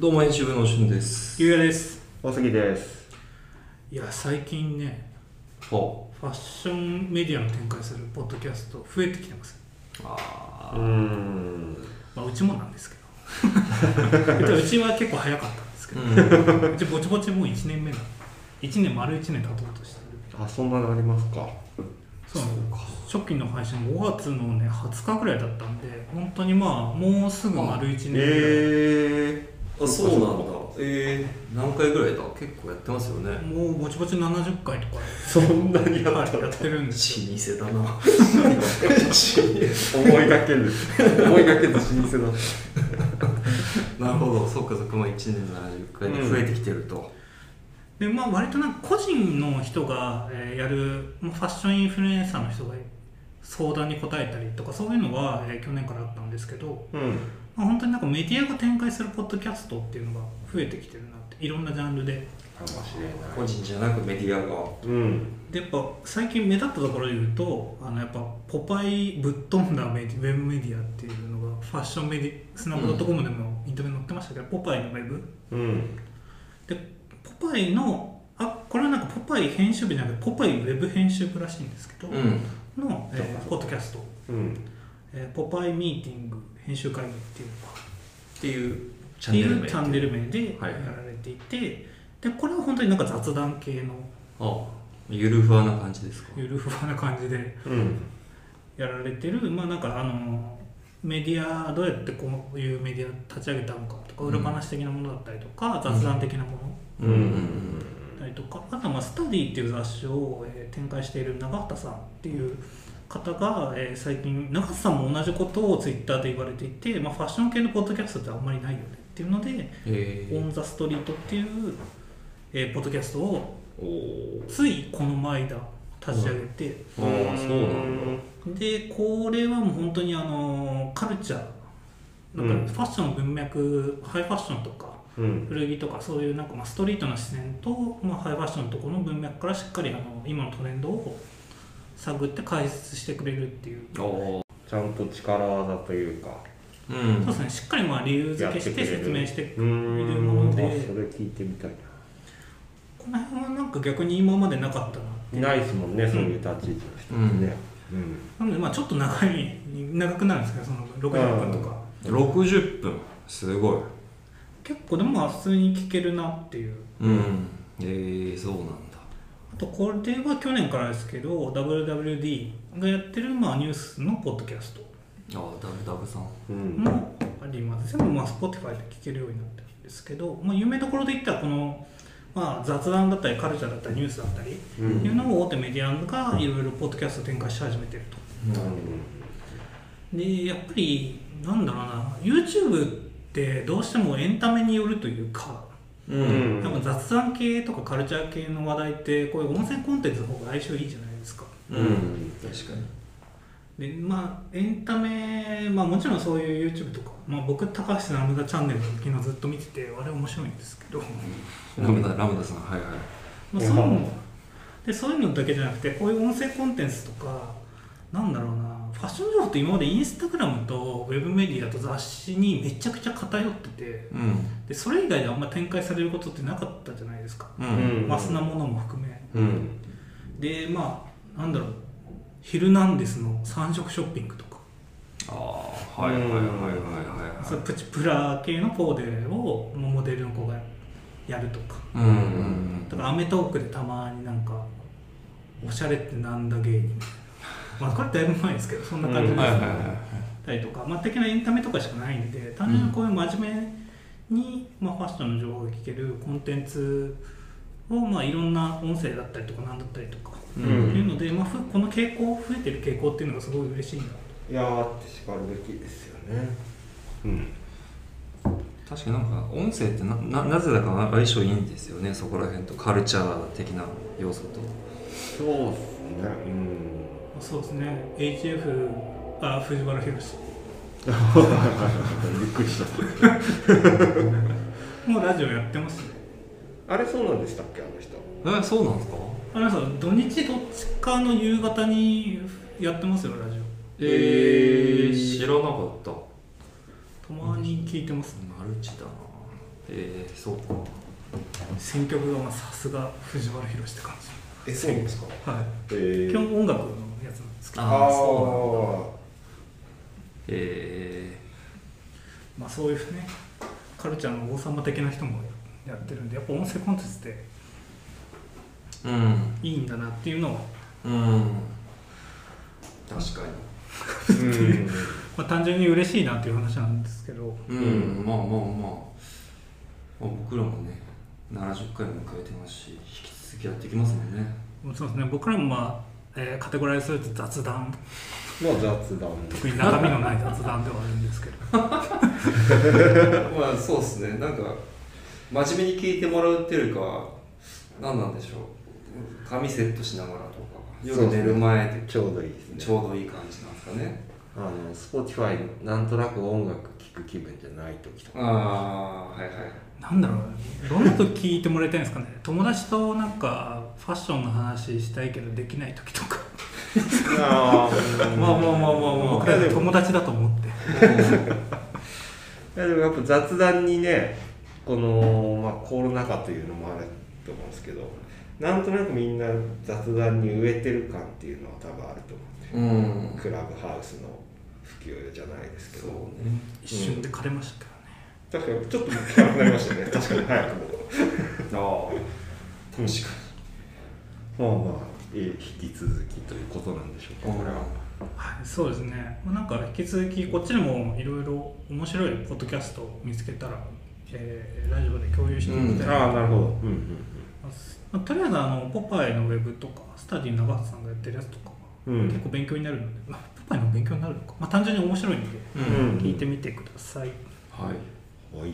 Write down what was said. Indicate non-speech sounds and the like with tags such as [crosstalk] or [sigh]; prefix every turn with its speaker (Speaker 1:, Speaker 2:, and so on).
Speaker 1: どうも編集部のしゅんです
Speaker 2: ゆうやです
Speaker 3: 大杉です
Speaker 2: いや最近ね
Speaker 1: ほ
Speaker 2: ファッションメディアの展開するポッドキャスト増えてきてます、
Speaker 1: うあ
Speaker 3: うーん
Speaker 2: まあ、うちもなんですけ
Speaker 3: [laughs]
Speaker 2: どうちは結構早かったんですけ
Speaker 1: う
Speaker 2: ど
Speaker 1: ん
Speaker 2: うちぼちぼちもう1年目なの1年丸1年経とうとしてる
Speaker 3: あそんなのありますか
Speaker 2: そう初期の配信5月のね20日ぐらいだったんで本当にまあもうすぐ丸1年ぐらい、
Speaker 3: え
Speaker 1: あ [laughs] そうなんだえー、何回ぐらいだ結構やってますよね
Speaker 2: もうぼちぼち70回とか
Speaker 3: ー、そんなに
Speaker 2: は
Speaker 3: やっ
Speaker 2: い
Speaker 3: た
Speaker 2: やってるんですよ
Speaker 1: 老舗だ [laughs] な
Speaker 3: 思いがけず思いがけず老舗だ
Speaker 1: なるほどそっかそっかまあ1年70回で増えてきてると、
Speaker 2: でまあ割となんか個人の人がえーやるまあファッションインフルエンサーの人が相談に答えたりとかそういうのはえー去年からあったんですけど、
Speaker 3: うん
Speaker 2: まあ、本当になんかメディアが展開するポッドキャストっていうのが増えてきてるなっていろんなジャンルで
Speaker 3: かもし
Speaker 1: 個人じゃなくメディアが
Speaker 3: れないうん
Speaker 2: でやっぱ最近目立ったところで言うとあのやっぱポパイぶっ飛んだメディウェブメディアっていうのがファッションメディスナップドットコムでもインタビューに載ってましたけど、ポパイのウェブ
Speaker 3: うん
Speaker 2: でポパイのあこれはなんかポパイ編集部じゃなくてポパイウェブ編集部らしいんですけど、
Speaker 1: うん
Speaker 2: の、えーポッドキャスト、
Speaker 3: うん
Speaker 2: えーポパイミーティング編集会議っていうのか
Speaker 1: っていうチ
Speaker 2: っ
Speaker 1: ャンネ
Speaker 2: て
Speaker 1: ル
Speaker 2: い
Speaker 1: 名
Speaker 2: うチャンネル名でや
Speaker 1: はい
Speaker 2: られていて、でこれは本当になんか雑談系の
Speaker 1: あゆるふわな感じですか
Speaker 2: ゆるふわな感じで
Speaker 3: うん
Speaker 2: やられてるまあなんかあのメディアどうやってこういうメディア立ち上げたのかとか
Speaker 1: うん
Speaker 2: 裏話的なものだったりとか、雑談的なもの
Speaker 1: うんうんうん
Speaker 2: だったりとかあとはまあ「スタディっていう雑誌を、えー展開している永畑さんっていう方が、えー最近永畑さんも同じことをツイッターで言われていて、まあ、ファッション系のポッドキャストってあんまりないよねっていうので
Speaker 1: え
Speaker 2: 「オ
Speaker 1: ー、
Speaker 2: ン・ザ・ストリート」っていう、えーポッドキャストを
Speaker 1: おお
Speaker 2: ついこの前だ立ち上げて、
Speaker 1: ああそうなんだ
Speaker 2: でこれはもう本当にあのカルチャーなん
Speaker 3: うん
Speaker 2: かファッションの文脈、ハイファッションとか
Speaker 3: うん
Speaker 2: 古着とかそういうなんかまあストリートの視線と、まあ、ハイファッションのところの文脈からしっかりあの今のトレンドを探って解説してくれるっていう、
Speaker 1: お
Speaker 3: ちゃんと力技というか
Speaker 1: う
Speaker 2: そうんですねしっかりまあ理由付けして説明して
Speaker 3: うーん
Speaker 2: 見るもので
Speaker 3: あそれ聞いてみたい
Speaker 2: この辺はなんか逆に今までなかったな
Speaker 3: なないですもんねそういう立ち位置の人ってねうん
Speaker 2: なのでまあちょっと長い長くなるんですけどその60分とか、
Speaker 1: 60分すごい
Speaker 2: 結構でもまあ普通に聞けるなっていう
Speaker 1: うんえー、そうなんだ
Speaker 2: あとこれは去年からですけど WWD がやってるまあニュースのポッドキャスト
Speaker 1: あダブダブさん
Speaker 3: うん
Speaker 2: もあります全部まあ Spotify で聞けるようになってるんですけど、まあ、有名どころで言ったらこの、まあ、雑談だったりカルチャーだったりニュースだったりいううんのを大手メディアがいろいろポッドキャスト展開し始めてるとでやっぱりなんだろうな YouTube ってどうしてもエンタメによるというか
Speaker 1: うん
Speaker 3: うん
Speaker 2: 多分雑談系とかカルチャー系の話題ってこういう音声コンテンツの方が相性いいじゃないですか
Speaker 1: うん確かに
Speaker 2: でまあエンタメ、まあ、もちろんそういう YouTube とか、まあ、僕高橋なむだチャンネル昨日ずっと見ててあれ面白いんですけど、
Speaker 1: ラムダラムダさんはいはい
Speaker 2: まあ、そういうのでそういうのだけじゃなくてこういう音声コンテンツとかなんだろうなファッション情報って今までインスタグラムとウェブメディアと雑誌にめちゃくちゃ偏ってて
Speaker 1: うん
Speaker 2: でそれ以外であんま展開されることってなかったじゃないですか、
Speaker 1: う
Speaker 3: うん
Speaker 2: マスなものも含め
Speaker 3: うん
Speaker 2: でまあなんだろう「ヒルナンデス」の三色ショッピングとか
Speaker 1: ああはいはいはいはいはい
Speaker 2: そ
Speaker 1: は
Speaker 2: うプチプラ系のコーデをモデルの子がやるとか
Speaker 1: いうんうん
Speaker 2: だからアメトークでたまになんかおしゃれってなんだ芸人まあこれだいぶ前ですけどそんな感じ
Speaker 1: う
Speaker 2: で
Speaker 1: ん
Speaker 2: す、
Speaker 1: はいはいは
Speaker 2: たりとか、まあ、的なエンタメとかしかないんで単純にこういう真面目に、まあ、ファッションの情報が聞けるコンテンツを、まあ、いろんな音声だったりとか何だったりとか、
Speaker 1: い
Speaker 3: うん
Speaker 2: っていうので、まあ、ふこの傾向増えてる傾向っていうのがすごい嬉しいなと
Speaker 3: いやーってしかるべきですよねうん
Speaker 1: 確かになんか音声ってなななぜだか相性いいんですよねそこら辺とカルチャー的な要素と
Speaker 3: そうっすねうん
Speaker 2: まあそうですね HF あ藤原宏
Speaker 3: びっくりした
Speaker 2: もうラジオやってますね
Speaker 3: あれそうなんでしたっけあの人
Speaker 1: えそうなんですか
Speaker 2: あれさ土日どっちかの夕方にやってますよラジオ
Speaker 1: えー、知らなかった
Speaker 2: たまに聞いてます
Speaker 1: マルチだなえー、そうか
Speaker 2: 選曲がまあさすが藤原宏って感じ
Speaker 3: えそうなんですか
Speaker 2: は
Speaker 3: え
Speaker 2: い
Speaker 3: ー
Speaker 2: 基本音楽のやつなんですけど
Speaker 1: あ
Speaker 3: あ
Speaker 1: ー
Speaker 3: あ
Speaker 1: そ
Speaker 3: そ
Speaker 1: え
Speaker 2: まあ、そういうねカルチャーの王様的な人もやってるんでやっぱ音声コンテンツって
Speaker 1: ー、うん
Speaker 2: いいんだなっていうのを、
Speaker 1: うん確か
Speaker 3: うなんだうん
Speaker 2: まあ、単純に嬉しいなっていう話なんですけど
Speaker 1: にうん、まあまあまあ、まあ、僕らもね70回も迎えてますし引き続きやっていきますもんね
Speaker 2: そうですね僕らもまあ、えーカテゴライズすると雑談
Speaker 3: まあ雑談
Speaker 2: 特に中身のない雑談ではあるんですけど
Speaker 1: [laughs] まあそうですねなんか真面目に聞いてもらうっていうよりかは何なんでしょう髪セットしながらとか夜寝る前で
Speaker 3: ちょうどいいですね
Speaker 1: ちょうどいい感じなんですかね
Speaker 3: あの Spotify なんとなく音楽聴く気分じゃない時とか
Speaker 1: ああはいはい
Speaker 2: なんだろうどんなと聞いてもらいたいんですかね友達となんかファッションの話したいけどできない時とか
Speaker 3: [laughs] あ
Speaker 2: まあまあまあまあまあ僕ら
Speaker 3: でも
Speaker 2: 友達だと思って
Speaker 3: いやでもやっぱ雑談にねこの、まあ、コロナ禍というのもあると思うんですけどなんとなくみんな雑談に植えてる感っていうのは多分あると思
Speaker 1: うん
Speaker 3: うクラブハウスの普及じゃないですけ
Speaker 1: そう
Speaker 3: ど
Speaker 1: ね
Speaker 2: 一瞬で枯れましたけどね、
Speaker 3: 確かにちょっと暗くなりましたね [laughs] 確かに早くも
Speaker 1: ああ
Speaker 3: 確かにまあまあいい引き続きということなんでしょうかこれは
Speaker 2: はい、そうですね、まあ、なんか引き続きこっちでもいろいろ面白いポッドキャストを見つけたら、えーラジオで共有していきたいなと
Speaker 3: ああなるほどうんうん
Speaker 2: 思います、まあとりあえずあのポパイのウェブとかスタディ長畑さんがやってるやつとか、
Speaker 3: うん
Speaker 2: 結構勉強になるので、まあ、ポパイの勉強になるのか、まあ、単純に面白いので
Speaker 1: う
Speaker 3: うん
Speaker 1: ん
Speaker 2: 聞いてみてください、
Speaker 1: はい
Speaker 3: うんはい